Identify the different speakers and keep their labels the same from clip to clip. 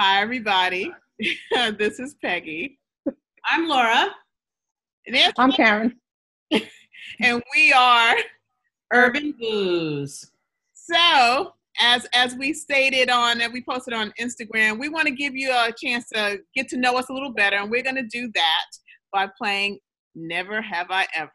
Speaker 1: Hi, everybody. this is Peggy.
Speaker 2: I'm Laura.
Speaker 1: There's-
Speaker 3: I'm Karen.
Speaker 1: And we are
Speaker 2: Urban Booze.
Speaker 1: so as as we stated on and we posted on Instagram, we want to give you a chance to get to know us a little better, and we're gonna do that by playing Never Have I Ever.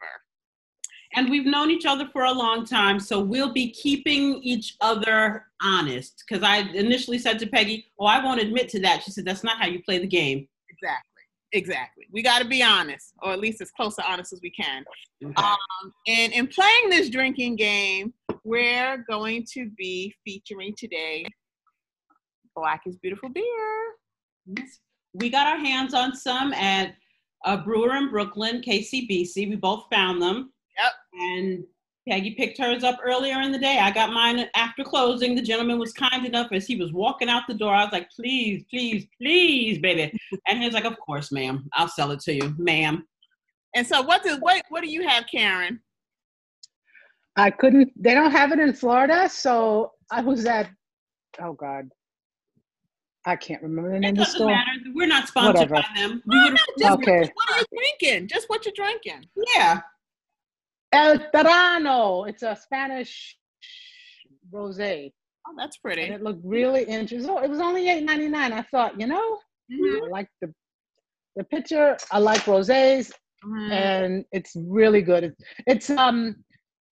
Speaker 2: And we've known each other for a long time, so we'll be keeping each other honest. Because I initially said to Peggy, Oh, I won't admit to that. She said, That's not how you play the game.
Speaker 1: Exactly. Exactly. We gotta be honest, or at least as close to honest as we can.
Speaker 2: Okay.
Speaker 1: And in playing this drinking game, we're going to be featuring today Black is Beautiful Beer.
Speaker 2: We got our hands on some at a brewer in Brooklyn, KCBC. We both found them.
Speaker 1: Yep.
Speaker 2: And Peggy picked hers up earlier in the day. I got mine after closing. The gentleman was kind enough as he was walking out the door. I was like, please, please, please, baby. And he was like, of course, ma'am. I'll sell it to you, ma'am.
Speaker 1: And so what do what what do you have, Karen?
Speaker 3: I couldn't, they don't have it in Florida, so I was at, oh God. I can't remember the
Speaker 2: It
Speaker 3: name of the
Speaker 2: doesn't
Speaker 3: store.
Speaker 2: matter. We're not sponsored
Speaker 3: Whatever.
Speaker 2: by them. We would,
Speaker 1: Oh, Just
Speaker 3: Okay.
Speaker 1: What are you drinking? Just what you're drinking.
Speaker 2: yeah.
Speaker 3: El Terano. It's a Spanish rosé.
Speaker 1: Oh, that's
Speaker 3: And
Speaker 1: pretty.
Speaker 3: it looked really interesting. Oh, It was only eight ninety nine. I thought, you know,
Speaker 1: Mhm.
Speaker 3: I
Speaker 2: Mm-hmm.
Speaker 3: like the the picture. I like rosés,
Speaker 1: Mhm.
Speaker 2: Mm-hmm.
Speaker 3: and it's really good. It, it's um,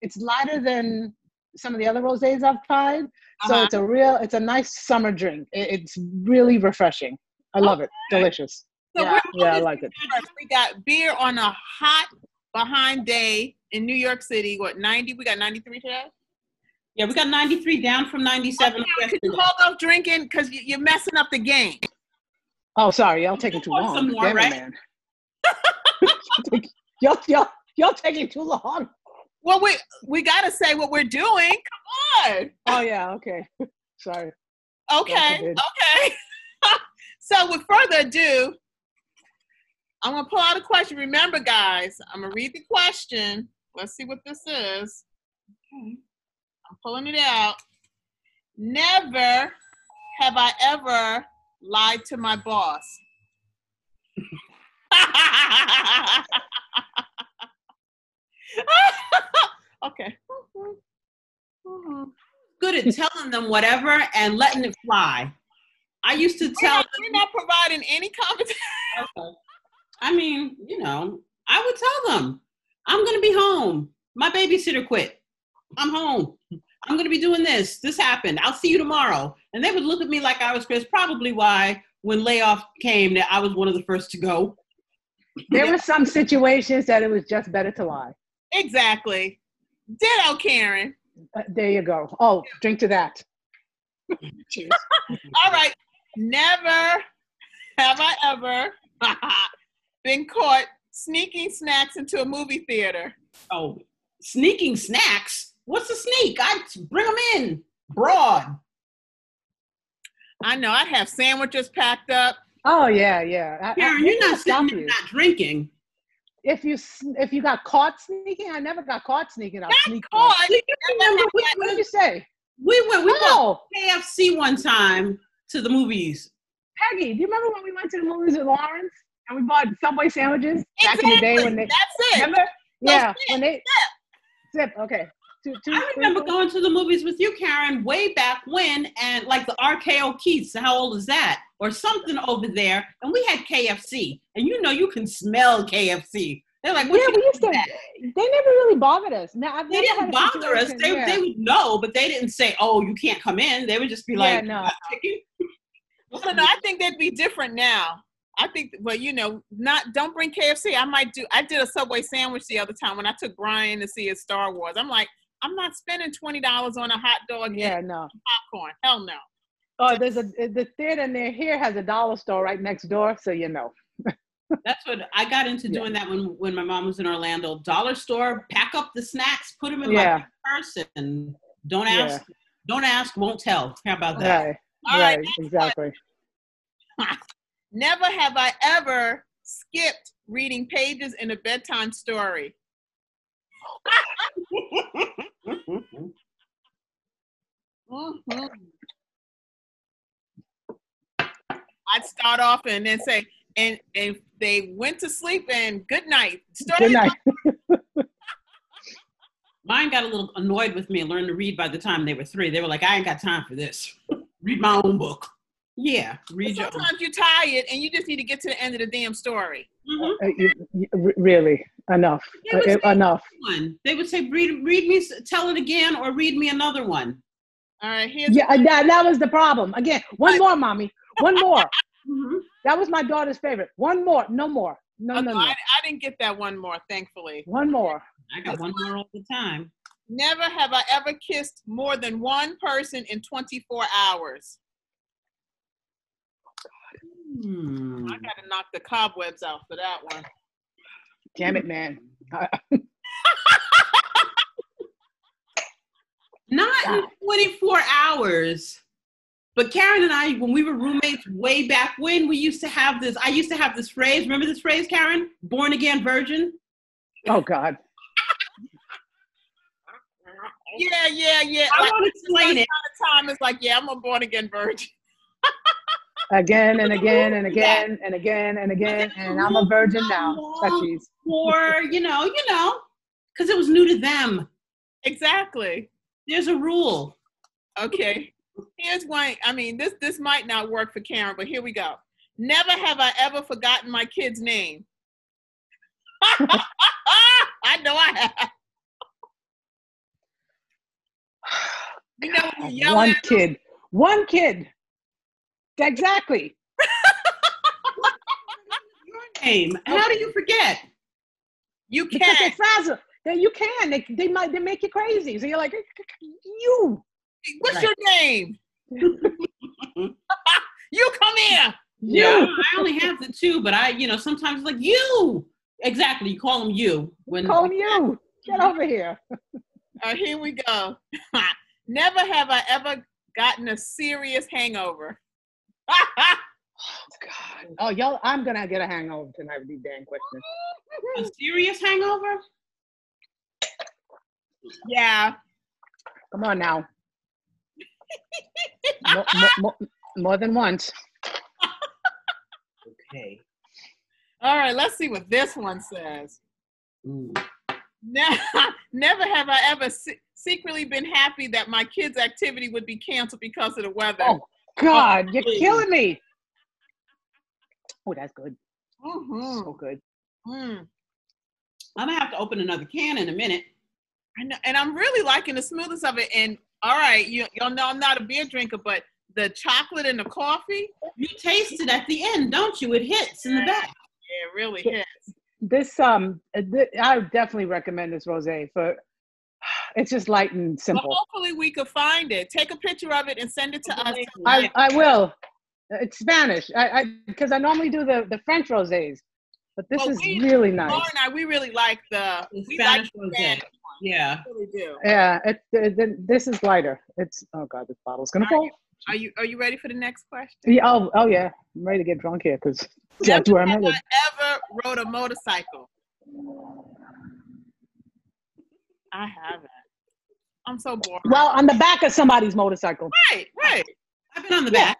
Speaker 3: it's lighter than some of the other rosés I've tried. So
Speaker 1: Uh-huh.
Speaker 3: it's a real, it's a nice summer drink. It, it's really refreshing. I love it. Delicious.
Speaker 1: So
Speaker 3: yeah,
Speaker 1: we're
Speaker 3: yeah, I like it.
Speaker 1: we got beer on a hot behind day in New York City. What 90? We got 93 today.
Speaker 2: Yeah, we got 93 down from 97.
Speaker 1: Could you hold off drinking because you, you're messing up the game.
Speaker 3: Oh, sorry, y'all taking too
Speaker 2: want
Speaker 3: long.
Speaker 2: some more,
Speaker 3: Damn it,
Speaker 2: right?
Speaker 3: man. y'all, y'all, y'all taking too long.
Speaker 1: Well, we we gotta say what we're doing. Come on.
Speaker 3: Oh yeah, okay. Sorry. Yes, I
Speaker 1: Okay,
Speaker 3: did.
Speaker 1: okay. so, with further ado, I'm gonna pull out a question. Remember, guys, I'm gonna read the question. Let's see what this is. I'm pulling it out. Never have I ever lied to my boss. okay.
Speaker 2: good at telling them whatever and letting it fly. I used to
Speaker 1: We're
Speaker 2: tell
Speaker 1: not, we're not providing any competition.
Speaker 2: them, I mean, you know, I would tell them, I'm going to be home. My babysitter quit. I'm home. I'm going to be doing this. This happened. I'll see you tomorrow. And they would look at me like I was Chris, probably why when layoff came that I was one of the first to go.
Speaker 3: There were some situations that it was just better to lie.
Speaker 1: Exactly. Ditto, Karen.
Speaker 3: Uh, there you go. Oh, drink to that.
Speaker 1: All right. Never have I ever been caught sneaking snacks into a movie theater.
Speaker 2: Oh, sneaking snacks. What's a sneak? I bring them in broad.
Speaker 1: I know I'd have sandwiches packed up.
Speaker 3: Oh yeah, yeah. I- I-
Speaker 2: Karen, you're
Speaker 3: I'll
Speaker 2: not sitting
Speaker 3: stop
Speaker 2: there
Speaker 3: you.
Speaker 2: not drinking.
Speaker 3: If you sn- if you got caught sneaking, I never got caught sneaking. I'll sneak
Speaker 1: Caught.
Speaker 3: up.
Speaker 2: Do you remember we
Speaker 3: What did
Speaker 2: went,
Speaker 3: you say?
Speaker 2: we went, we bought
Speaker 3: Oh,
Speaker 2: KFC one time to the movies.
Speaker 3: Peggy, do you remember when we went to the movies with Lawrence and we bought Subway sandwiches back in the day when they
Speaker 1: That's it.
Speaker 3: remember? Yeah,
Speaker 1: sip,
Speaker 3: when they sip. Okay, two, two,
Speaker 2: I
Speaker 3: three,
Speaker 2: remember
Speaker 3: four.
Speaker 2: going to the movies with you, Karen, way back when, and like the RKO Keats, how old is that? Or something over there. And we had KFC. And you know you can smell KFC. They're like, what
Speaker 3: Yeah,
Speaker 2: you
Speaker 3: we used to.
Speaker 2: doing that?
Speaker 3: They never really bothered us. No, I've
Speaker 2: They
Speaker 3: never had
Speaker 2: didn't
Speaker 3: a
Speaker 2: bother us.
Speaker 3: situation-
Speaker 2: They,
Speaker 3: yeah.
Speaker 2: they would know, but they didn't say, oh, you can't come in. They would just be
Speaker 3: Yeah,
Speaker 2: like,
Speaker 3: no.
Speaker 2: "Hot chicken?"
Speaker 1: I don't know. I think that'd be different now. I think, well, you know, not don't bring KFC. I might do. I did a Subway sandwich the other time when I took Brian to see his Star Wars. I'm like, I'm not spending twenty dollars on a hot dog and
Speaker 3: Yeah, no.
Speaker 1: popcorn. Hell no.
Speaker 3: Oh, there's a the theater near here has a dollar store right next door, so you know.
Speaker 2: That's what I got into
Speaker 3: Yeah.
Speaker 2: doing that when, when my mom was in Orlando. Dollar store, pack up the snacks, put them in my
Speaker 3: Yeah,
Speaker 2: person. Don't
Speaker 3: Yeah.
Speaker 2: ask, don't ask, won't tell. How about that?
Speaker 3: right,
Speaker 1: All right.
Speaker 3: right, exactly.
Speaker 1: Never have I ever skipped reading pages in a bedtime story.
Speaker 3: Mm-hmm.
Speaker 1: I'd start off and then say, and and they went to sleep and good night. Story
Speaker 3: Good night.
Speaker 2: Mine got a little annoyed with me and learned to read by the time they were three. They were like, I ain't got time for this. read my own book. Yeah, read your own.
Speaker 1: Sometimes you're tired and you just need to get to the end of the damn story.
Speaker 2: Mhm.
Speaker 3: Uh, you- you- re- Really, enough,
Speaker 2: It
Speaker 3: Uh,
Speaker 2: was
Speaker 3: e- enough.
Speaker 2: One. They would say, read, read me, s- tell it again, or read me another one.
Speaker 1: All right, here's
Speaker 3: Yeah, and that, that was the problem. Again, one more, mommy. One more.
Speaker 1: Mm-hmm.
Speaker 2: Mhm.
Speaker 3: That was my daughter's favorite. One more. No more. No,
Speaker 1: Oh,
Speaker 3: no,
Speaker 1: no, I,
Speaker 3: no.
Speaker 1: I didn't get that one more, thankfully.
Speaker 3: One more.
Speaker 2: I got one more all the time.
Speaker 1: Never have I ever kissed more than one person in 24 hours.
Speaker 2: Hmm.
Speaker 1: I gotta knock the cobwebs out for that one.
Speaker 3: Damn it, man.
Speaker 2: Not in 24 hours. But Karen and I, when we were roommates way back when, we used to have this. I used to have this phrase. Remember this phrase, Karen? Born again virgin.
Speaker 3: Oh God.
Speaker 1: Yeah, yeah, yeah.
Speaker 2: I
Speaker 1: Like,
Speaker 2: won't explain it.
Speaker 1: Tom is like, yeah, I'm a born again virgin.
Speaker 3: Again and again and again and again and again. And I'm a virgin now. Touchies.
Speaker 2: Or you know, you know, because it was new to them.
Speaker 1: Exactly.
Speaker 2: There's a rule.
Speaker 1: Okay. Here's one. I mean, this this might not work for Karen, but here we go. Never have I ever forgotten my kid's name. I know I have. You know, when you yell
Speaker 3: One
Speaker 1: at
Speaker 3: kid. One kid. Exactly.
Speaker 2: Your name. How do you forget?
Speaker 1: you
Speaker 3: Because
Speaker 1: can.
Speaker 3: they frazzle. They, you can. They, they might. They make you crazy. So you're like, you.
Speaker 1: What's
Speaker 2: Right.
Speaker 1: your name? you come here.
Speaker 2: Yeah, I only have the two, but I, you know, sometimes like you. Exactly, you call them you when
Speaker 3: Calling you. Get over here.
Speaker 1: All right, Oh, here we go. Never have I ever gotten a serious hangover.
Speaker 3: Oh God. Oh y'all. I'm gonna get a hangover tonight with these damn questions.
Speaker 2: a serious hangover.
Speaker 1: yeah.
Speaker 3: Come on now. Mo- mo- mo- more than once.
Speaker 2: Okay.
Speaker 1: All right, let's see what this one says. Ne- Never have I ever se- secretly been happy that my kids' activity would be canceled because of the weather.
Speaker 3: Oh. God, you're
Speaker 2: Please.
Speaker 3: killing me. Oh, that's good.
Speaker 1: Mhm.
Speaker 3: So good.
Speaker 1: Mm.
Speaker 2: I'm gonna have to open another can in a minute.
Speaker 1: I know, and I'm really liking the smoothness of it. And all right, you, y'all know I'm not a beer drinker, but the chocolate and the coffee,
Speaker 2: You taste it at the end, don't you? It hits in the back.
Speaker 1: yeah, it really hits.
Speaker 3: This um, uh, th- I would definitely recommend this rosé for. It's just light
Speaker 1: Well,
Speaker 3: and simple.
Speaker 1: hopefully, we could find it. Take a picture of it and send it to us.
Speaker 3: I, I will. Uh, It's Spanish. I because I, normally do the the French rosés, but this
Speaker 1: Well,
Speaker 3: is
Speaker 1: we-
Speaker 3: really
Speaker 1: Laura
Speaker 3: nice.
Speaker 1: and I, we really like the
Speaker 2: The
Speaker 1: we
Speaker 2: Spanish
Speaker 1: like the
Speaker 2: rosé.
Speaker 1: Spanish one.
Speaker 2: Yeah.
Speaker 1: We really do.
Speaker 3: Yeah, it, th- th- this is lighter. It's oh god, this bottle's gonna
Speaker 1: All
Speaker 3: fall.
Speaker 1: right. Are you are you ready for the next question?
Speaker 3: Yeah, oh, oh yeah, I'm ready to get drunk here because that's
Speaker 1: Never
Speaker 3: where I'm
Speaker 1: have
Speaker 3: headed.
Speaker 1: I ever rode a motorcycle. I haven't. I'm so bored.
Speaker 3: Well, on the back of somebody's motorcycle.
Speaker 1: Right, right.
Speaker 2: I've been on the
Speaker 3: Yeah.
Speaker 2: back.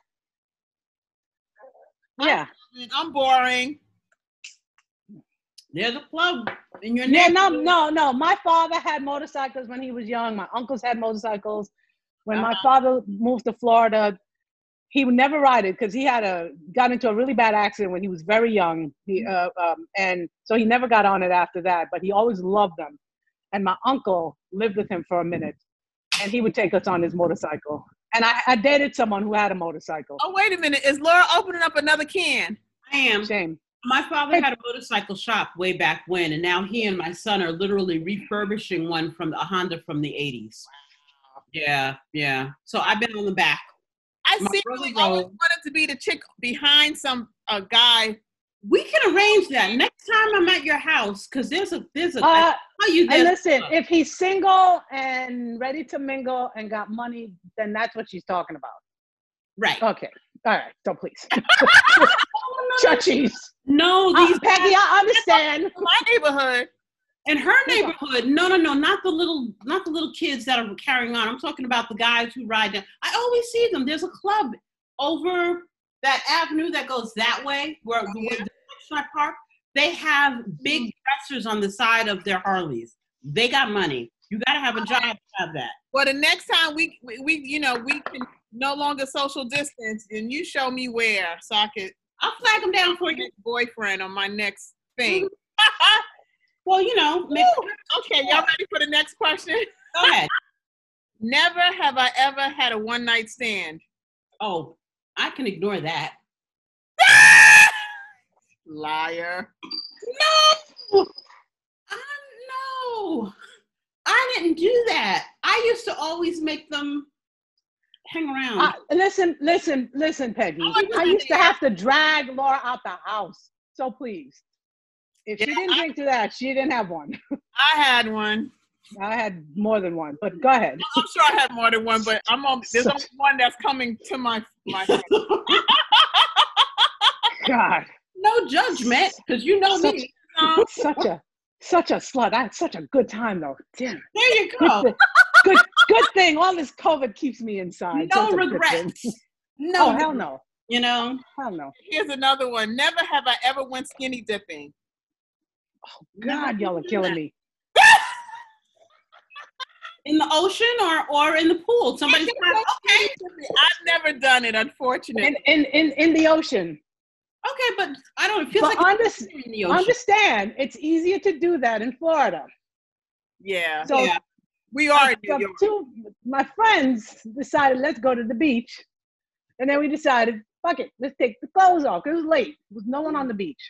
Speaker 3: Yeah,
Speaker 1: I mean, I'm boring.
Speaker 2: There's a plug in your
Speaker 3: yeah,
Speaker 2: neck.
Speaker 3: no, no, no. My father had motorcycles when he was young. My uncles had motorcycles. When my father moved to Florida, he would never ride it because he had a got into a really bad accident when he was very young. He uh, um, and so he never got on it after that. But he always loved them. And my uncle lived with him for a minute, and he would take us on his motorcycle. And I, I dated someone who had a motorcycle.
Speaker 1: Oh wait a minute. Is Laura opening up another can?
Speaker 2: I am.
Speaker 3: Shame.
Speaker 2: My father had a motorcycle shop way back when, and now he and my son are literally refurbishing one from a Honda from the 80s. Yeah, yeah. So I've been on the back.
Speaker 1: I
Speaker 2: My
Speaker 1: secretly
Speaker 2: brother
Speaker 1: always
Speaker 2: rode.
Speaker 1: wanted to be the chick behind some a guy.
Speaker 2: We can arrange that next time I'm at your house, cause there's a there's a.
Speaker 3: Uh,
Speaker 2: tell you
Speaker 3: And
Speaker 2: there's
Speaker 3: listen,
Speaker 2: club.
Speaker 3: if he's single and ready to mingle and got money, then that's what she's talking about.
Speaker 2: right.
Speaker 3: Okay. All right. So please. Chachis.
Speaker 2: No,
Speaker 3: Uh,
Speaker 2: these
Speaker 3: Peggy, I understand.
Speaker 1: In my neighborhood.
Speaker 2: in her neighborhood. No, no, no, not the little, not the little kids that are carrying on. I'm talking about the guys who ride down. I always see them. There's a club over that avenue that goes that way, where, where the restaurant park, they have big dressers on the side of their Harleys. They got money. You got to have a job to have that.
Speaker 1: Well, the next time we, we, we, you know, we can no longer social distance, and you show me where, so I could
Speaker 2: I'll flag them down for
Speaker 1: put
Speaker 2: you.
Speaker 1: your boyfriend on my next thing.
Speaker 2: Well, you know, maybe,
Speaker 1: Woo! Mm-hmm. okay, y'all ready for the next question?
Speaker 2: go ahead.
Speaker 1: Never have I ever had a one night stand.
Speaker 2: Oh, I can ignore that.
Speaker 1: Liar.
Speaker 2: Um, no, I didn't do that. I used to always make them hang around.
Speaker 3: I, listen, listen, listen, Peggy.
Speaker 1: Oh, you
Speaker 3: I used to
Speaker 1: did.
Speaker 3: have to drag Laura out the house. So please, if she
Speaker 1: Yeah,
Speaker 3: didn't
Speaker 1: I-
Speaker 3: drink to that, she didn't have one.
Speaker 1: I had one.
Speaker 3: I had more than one, but go ahead.
Speaker 1: I'm sure I had more than one, but I'm on. There's only one that's coming to my my.
Speaker 3: God,
Speaker 2: no judgment, because you know
Speaker 3: Such-
Speaker 2: me.
Speaker 1: Um,
Speaker 3: such a such a slut. I had such a good time though. Damn.
Speaker 2: There you go.
Speaker 3: Good good thing. All this COVID keeps me inside.
Speaker 2: No
Speaker 3: Such a good thing.
Speaker 2: regrets. No,
Speaker 3: Oh hell no.
Speaker 2: you know.
Speaker 3: Hell no.
Speaker 1: here's another one. Never have I ever went skinny dipping.
Speaker 3: God, y'all are killing me.
Speaker 2: in the ocean or or in the pool. Somebody's like, okay,
Speaker 1: I've never done it, unfortunately.
Speaker 3: In in in, in the ocean.
Speaker 2: "Oh, okay, but I don't. It feels
Speaker 3: But
Speaker 2: like
Speaker 3: under-
Speaker 2: it's in the ocean.
Speaker 3: Understand, it's easier to do that in Florida.
Speaker 1: Yeah,
Speaker 3: So
Speaker 2: Yeah.
Speaker 1: we are in
Speaker 3: So
Speaker 1: New York.
Speaker 3: two my friends decided let's go to the beach, and then we decided fuck it, let's take the clothes off. 'cause It was late. There was no one on the beach,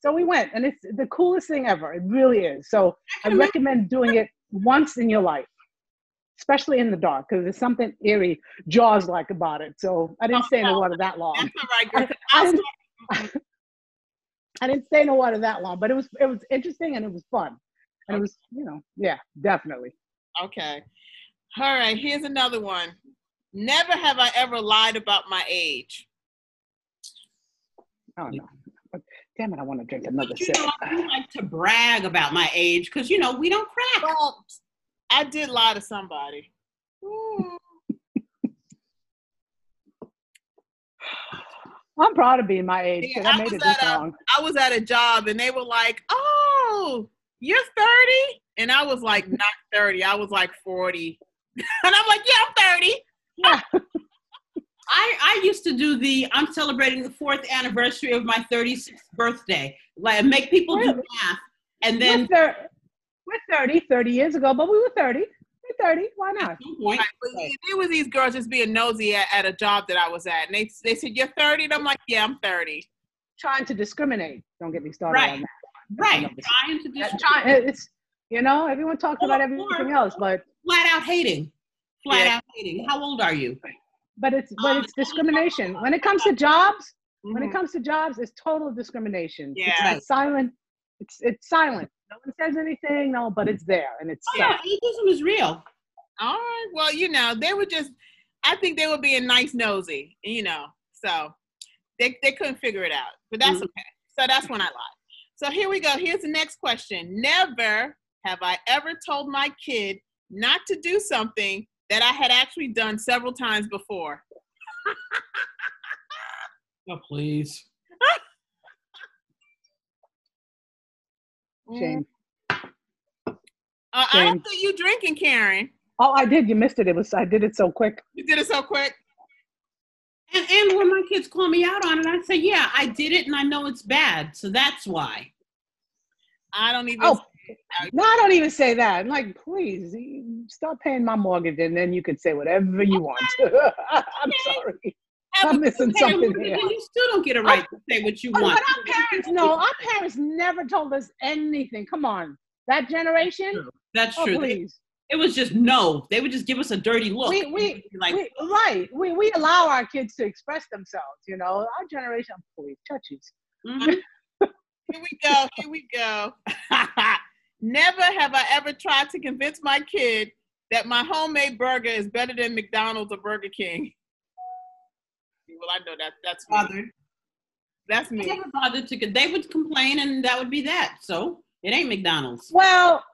Speaker 3: so we went, and it's the coolest thing ever. It really is. So I recommend doing it once in your life, especially in the dark, because there's something eerie, jaws like about it. So I didn't stay in the water that long.
Speaker 1: Oh, That's all right, girl.
Speaker 3: I didn't, I didn't stay in the water that long, but it was it was interesting and it was fun, and it was you know yeah definitely.
Speaker 1: Okay. All right. Here's another one. Never have I ever lied about my age.
Speaker 3: Oh no. Damn it, I want to drink another
Speaker 2: you
Speaker 3: sip.
Speaker 2: know, I do like to brag about my age because you know we don't crack.
Speaker 1: Well, I did lie to somebody. Ooh.
Speaker 3: I'm proud of being my age.
Speaker 1: Yeah,
Speaker 3: 'cause
Speaker 1: I
Speaker 3: I made
Speaker 1: was
Speaker 3: it
Speaker 1: at
Speaker 3: this
Speaker 1: a-
Speaker 3: long.
Speaker 1: I was at a job and they were like, "Oh, you're 30?" And I was like, "Not 30. I was like 40." and I'm like, "Yeah, I'm 30."
Speaker 2: I I used to do the I'm celebrating the fourth anniversary of my 36th birthday, like make people do
Speaker 3: Really?
Speaker 2: math, and
Speaker 3: We're,
Speaker 2: then
Speaker 3: thir- we're 30, 30 years ago, but we were 30. We're 30. Why
Speaker 2: at
Speaker 3: not?
Speaker 2: some point,
Speaker 1: Right, but There was these girls just being nosy at, at a job that I was at, and they they said, "You're 30?" And I'm like, "Yeah, I'm 30."
Speaker 3: Trying to discriminate. Don't get me started
Speaker 2: Right.
Speaker 3: on
Speaker 2: right, trying to
Speaker 3: that.
Speaker 2: just
Speaker 3: That try- it's, you know, everyone talks about
Speaker 2: Or-
Speaker 3: everything
Speaker 2: or-
Speaker 3: else, but
Speaker 2: flat out hating, flat
Speaker 1: Yeah.
Speaker 2: out hating. How old are you?
Speaker 3: but it's
Speaker 2: Um,
Speaker 3: but it's discrimination. When it comes to jobs, when it
Speaker 1: Mhm.
Speaker 3: comes to jobs, it's total discrimination. It's
Speaker 1: Yeah.
Speaker 3: a silent. It's it's silent. No one says anything. No, but it's there, and it's
Speaker 2: Oh, yeah, ageism is real.
Speaker 1: All right. Well, you know, they were just, I think they were being nice nosy, you know. So they, they couldn't figure it out, but that's
Speaker 3: Mm-hmm.
Speaker 2: Mhm.
Speaker 1: okay. So that's when I lied. So here we go. Here's the next question. Never have I ever told my kid not to do something that I had actually done several times before.
Speaker 2: Oh please.
Speaker 3: shame.
Speaker 1: Mm. Uh, I
Speaker 3: shame.
Speaker 1: don't think you drinking, Karen.
Speaker 3: Oh, I did. You missed it. It was I did it so quick.
Speaker 1: You did it so quick.
Speaker 2: And, and when my kids call me out on it, I say, yeah, I did it and I know it's bad. So that's why.
Speaker 1: I don't even.
Speaker 3: Oh. No, I don't even say that. I'm like, please you- stop paying my mortgage and then you can say whatever you want. I'm sorry.
Speaker 1: have
Speaker 3: I'm
Speaker 1: a-
Speaker 3: missing
Speaker 2: Hey,
Speaker 3: something
Speaker 2: Ruby,
Speaker 3: here.
Speaker 2: then you still don't get a right to say what you
Speaker 3: But
Speaker 2: want.
Speaker 3: our parents, no, our parents never told us anything. Come on. That generation?
Speaker 2: That's
Speaker 3: Oh,
Speaker 2: true. They-
Speaker 3: please.
Speaker 2: It was just no. They would just give us a dirty look.
Speaker 3: We- we-
Speaker 2: like,
Speaker 3: we, right. We, we allow our kids to express themselves, you know. Our generation, please, touches.
Speaker 2: mhm.
Speaker 1: Here we go. Here we go. Never have I ever tried to convince my kid that my homemade burger is better than McDonald's or Burger King. Well, I know that that's me.
Speaker 2: bothered.
Speaker 1: That's
Speaker 2: They
Speaker 1: me.
Speaker 2: never bothered to. They would complain and that would be that. So it ain't McDonald's.
Speaker 3: Well,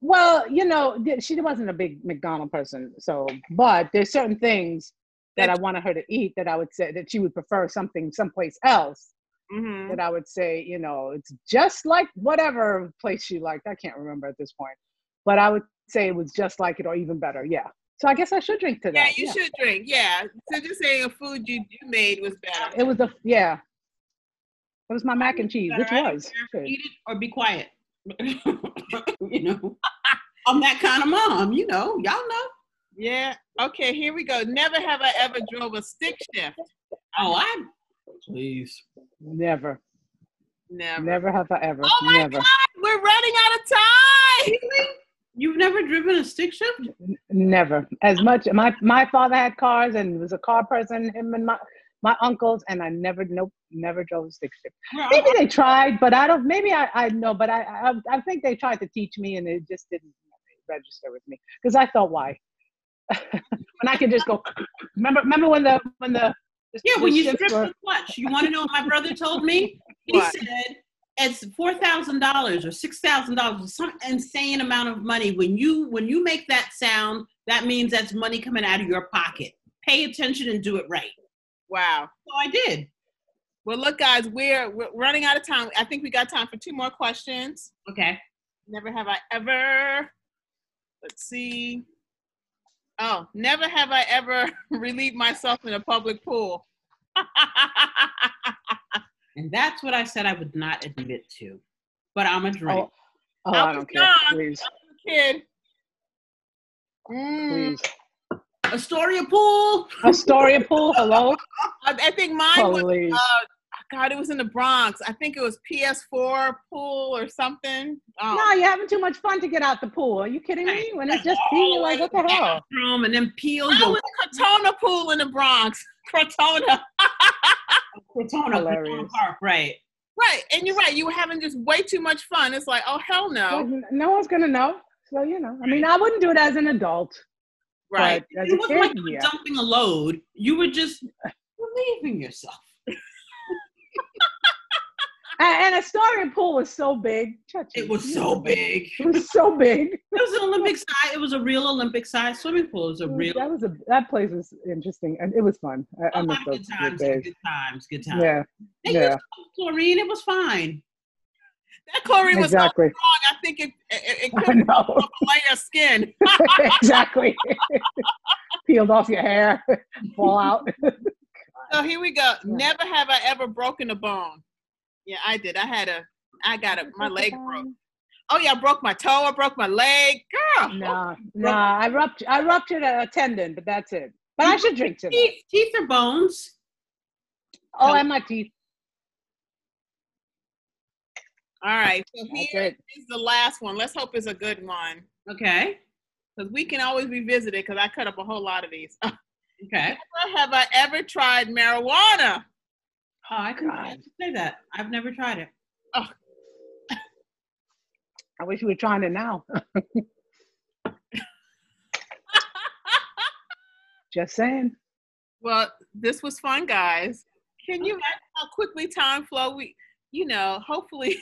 Speaker 3: well, you know, th- she wasn't a big McDonald person, so but there's certain things that I wanted her to eat that I would say that she would prefer something someplace else
Speaker 1: Mm-hmm.
Speaker 3: that I would say, you know, it's just like whatever place she liked. I can't remember at this point, but I would say it was just like it or even better. Yeah. So I guess I should drink to
Speaker 1: Yeah,
Speaker 3: that.
Speaker 1: you should drink. Yeah. So just saying a food you, you made was better.
Speaker 3: It was the yeah. It was my mac and cheese, which
Speaker 2: Alright.
Speaker 3: was good.
Speaker 2: Eat it or be quiet. you know, I'm that kind of mom. You know, y'all know.
Speaker 1: Yeah. Okay, here we go. Never have I ever drove a stick shift.
Speaker 2: Oh, I. Please.
Speaker 3: never,
Speaker 1: Never.
Speaker 3: never have I ever,
Speaker 1: Oh my
Speaker 3: never,
Speaker 1: God, we're running out of time.
Speaker 2: You've never driven a stick shift?
Speaker 3: never. As much my my father had cars and was a car person. Him and my my uncles and I never nope never drove a stick shift.
Speaker 2: We're all-
Speaker 3: maybe they tried, but I don't. Maybe I, I know, but I, I I think they tried to teach me, and it just didn't register with me because I thought, why? when I could just go. Remember, remember when the when the
Speaker 2: Yeah, when you
Speaker 3: shifts
Speaker 2: strip
Speaker 3: were-
Speaker 2: the clutch, you want to know what my brother told me? He
Speaker 1: What?
Speaker 2: said it's four thousand dollars or six thousand dollars, some insane amount of money. When you when you make that sound, that means that's money coming out of your pocket. Pay attention and do it right.
Speaker 1: Wow.
Speaker 2: So I did.
Speaker 1: Well, look, guys, we're, we're running out of time. I think we got time for two more questions.
Speaker 2: Okay.
Speaker 1: Never have I ever. Let's see. Oh, never have I ever relieved myself in a public pool.
Speaker 2: And that's what I said I would not admit to. But I'm a drink.
Speaker 3: Oh, oh,
Speaker 1: I
Speaker 3: I,
Speaker 1: was
Speaker 3: don't care.
Speaker 1: young.
Speaker 3: Please,
Speaker 1: Kid. Mm,
Speaker 3: please. Oh.
Speaker 2: Astoria pool.
Speaker 3: Astoria pool. Hello,
Speaker 1: I, I think mine was,
Speaker 3: please.
Speaker 1: God, it was in the Bronx. I think it was PS4 pool or something. Oh,
Speaker 3: No, you're having too much fun to get out the pool. Are you kidding me? When it's just be like, what the hell?
Speaker 2: Room um, and then peel
Speaker 1: I
Speaker 2: your
Speaker 1: was Crotona pool in the Bronx. Crotona.
Speaker 2: Cortona, Cortona
Speaker 3: Hilarious.
Speaker 2: Park, right?
Speaker 1: Right. And you're right. You were having just way too much fun. It's like, oh, hell
Speaker 3: But
Speaker 1: no.
Speaker 3: n- no one's gonna know. So you know, I mean, I wouldn't do it as an adult,
Speaker 1: Right.
Speaker 3: but as a
Speaker 2: It wasn't like
Speaker 3: kid,
Speaker 2: you were
Speaker 3: yeah.
Speaker 2: dumping a load. You were just relieving yourself.
Speaker 3: And, and Astoria pool was so big. Touch
Speaker 2: It was so big. It
Speaker 3: It was so big.
Speaker 2: was an Olympic size. It was a real Olympic size swimming pool. It was a real.
Speaker 3: That was a that place was interesting and it was fun. I, I
Speaker 2: Oh,
Speaker 3: miss those
Speaker 2: good
Speaker 3: good
Speaker 2: times,
Speaker 3: days.
Speaker 2: good times, good times.
Speaker 3: Yeah,
Speaker 2: They
Speaker 3: yeah.
Speaker 2: used chlorine. It was fine.
Speaker 1: That chlorine was all
Speaker 3: exactly.
Speaker 1: wrong. I think it, it, it
Speaker 3: I
Speaker 1: could
Speaker 3: know
Speaker 1: layer of skin.
Speaker 3: exactly. Peeled off your hair, fall out.
Speaker 1: so here we go. Never have I ever broken a bone. Yeah, I did. I had a, I got a, my leg broke. Oh, yeah, I broke my toe. I broke my leg. Girl.
Speaker 3: Nah, nah. I ruptured I ruptured a tendon, but that's it. But I should drink to that.
Speaker 2: Teeth, teeth are bones.
Speaker 3: Oh, and my teeth.
Speaker 1: All right. So
Speaker 3: That's
Speaker 1: here
Speaker 3: it.
Speaker 1: is the last one. Let's hope it's a good one.
Speaker 2: Okay.
Speaker 1: Because we can always revisit it because I cut up a whole lot of these.
Speaker 2: Okay.
Speaker 1: Never have I ever tried marijuana.
Speaker 2: Oh, I can I
Speaker 3: God.
Speaker 2: can say that. I've never tried it.
Speaker 3: I wish we were trying it now. Just saying.
Speaker 1: Well, this was fun, guys. Can you imagine how quickly time flow? We, you know, hopefully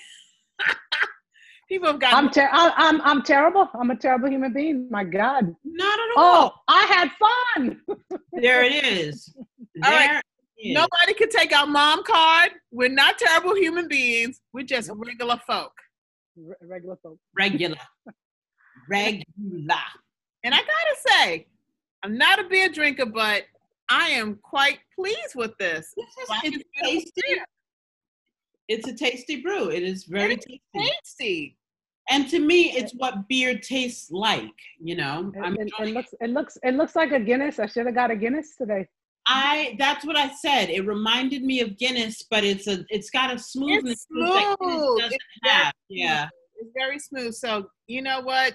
Speaker 1: people have gotten.
Speaker 3: I'm ter- I- I'm I'm terrible. I'm a terrible human being. My God.
Speaker 2: Not at all.
Speaker 3: Oh, I had fun.
Speaker 2: There it is.
Speaker 1: All right.
Speaker 2: There it is.
Speaker 1: Nobody can take our mom card. We're not terrible human beings. We're just regular folk.
Speaker 3: Re- Regular folk.
Speaker 2: Regular. Regular.
Speaker 1: And I gotta say, I'm not a beer drinker, but I am quite pleased with this.
Speaker 2: This is
Speaker 1: Black
Speaker 2: it's
Speaker 1: is beautiful
Speaker 2: tasty. It's a tasty brew. It is
Speaker 1: It
Speaker 2: very
Speaker 1: is
Speaker 2: tasty.
Speaker 1: Tasty.
Speaker 2: And to me, it's what beer tastes like. You know,
Speaker 3: It,
Speaker 2: I'm
Speaker 3: it- it
Speaker 2: enjoying
Speaker 3: looks it looks it looks like a Guinness. I should have got a Guinness today.
Speaker 2: I that's what I said. It reminded me of Guinness, but it's a it's got a smoothness that
Speaker 1: smooth.
Speaker 2: Guinness doesn't
Speaker 1: It's very
Speaker 2: have. Yeah.
Speaker 1: It's very smooth. So you know what?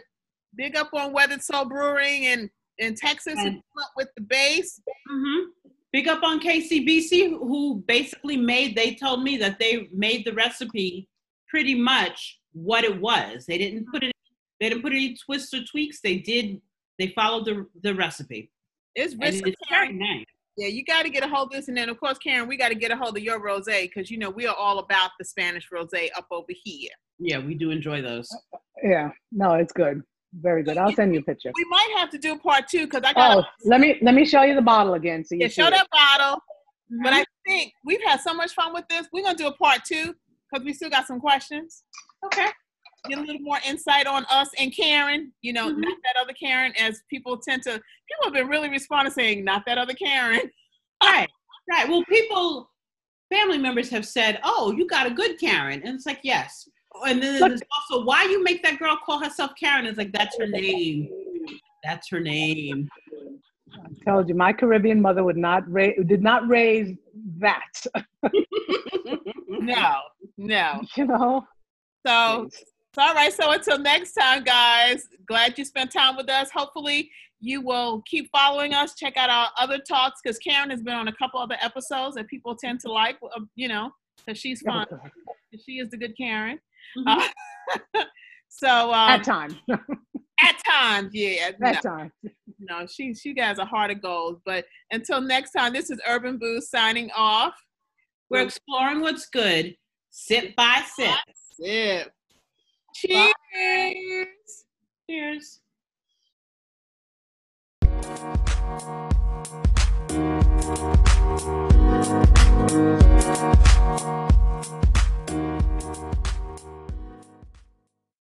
Speaker 1: Big up on Weathered Soul Brewing in in Texas who
Speaker 2: And-
Speaker 1: came up with the base.
Speaker 2: hmm Big up on KCBC who basically made they told me that they made the recipe pretty much what it was. They didn't put it they didn't put any twists or tweaks. They did they followed the the recipe.
Speaker 1: It's
Speaker 2: And
Speaker 1: rich.
Speaker 2: it's very
Speaker 1: Karen,
Speaker 2: nice.
Speaker 1: yeah, you got to get a hold of this, and then of course, Karen, we got to get a hold of your rosé because you know we are all about the Spanish rosé up over here.
Speaker 2: Yeah, we do enjoy those.
Speaker 3: Yeah. No, it's good. Very good. I'll send you a picture.
Speaker 1: We might have to do part two because I got
Speaker 3: Oh, let me let me show you the bottle again. So you
Speaker 1: yeah,
Speaker 3: see
Speaker 1: show
Speaker 3: it.
Speaker 1: that bottle. But I think we've had so much fun with this. We're gonna do a part two because we still got some questions.
Speaker 2: Okay.
Speaker 1: Get a little more insight on us and Karen. You know,
Speaker 2: Mhm.
Speaker 1: not that other Karen, as people tend to. People have been really responding saying, "Not that other Karen."
Speaker 2: Right. Right. Well, people, family members have said, "Oh, you got a good Karen," and it's like, yes. And then
Speaker 3: Look-
Speaker 2: there's also why you make that girl call herself Karen. It's like that's her name. That's her name.
Speaker 3: Told you, my Caribbean mother would not raise did not raise that.
Speaker 1: No, no.
Speaker 3: You know.
Speaker 1: So So, all right. So until next time, guys, glad you spent time with us. Hopefully, you will keep following us. Check out our other talks because Karen has been on a couple other episodes that people tend to like, uh, you know, because she's fun. She is the good Karen.
Speaker 2: Mhm.
Speaker 1: So um,
Speaker 3: At
Speaker 1: at,
Speaker 3: time.
Speaker 1: times, yeah. No,
Speaker 3: At time.
Speaker 1: no, she, she has a heart of gold. But until next time, this is Urban Booze signing off.
Speaker 2: We're exploring what's good, sip by sip.
Speaker 1: That's it. Cheers.
Speaker 2: Cheers.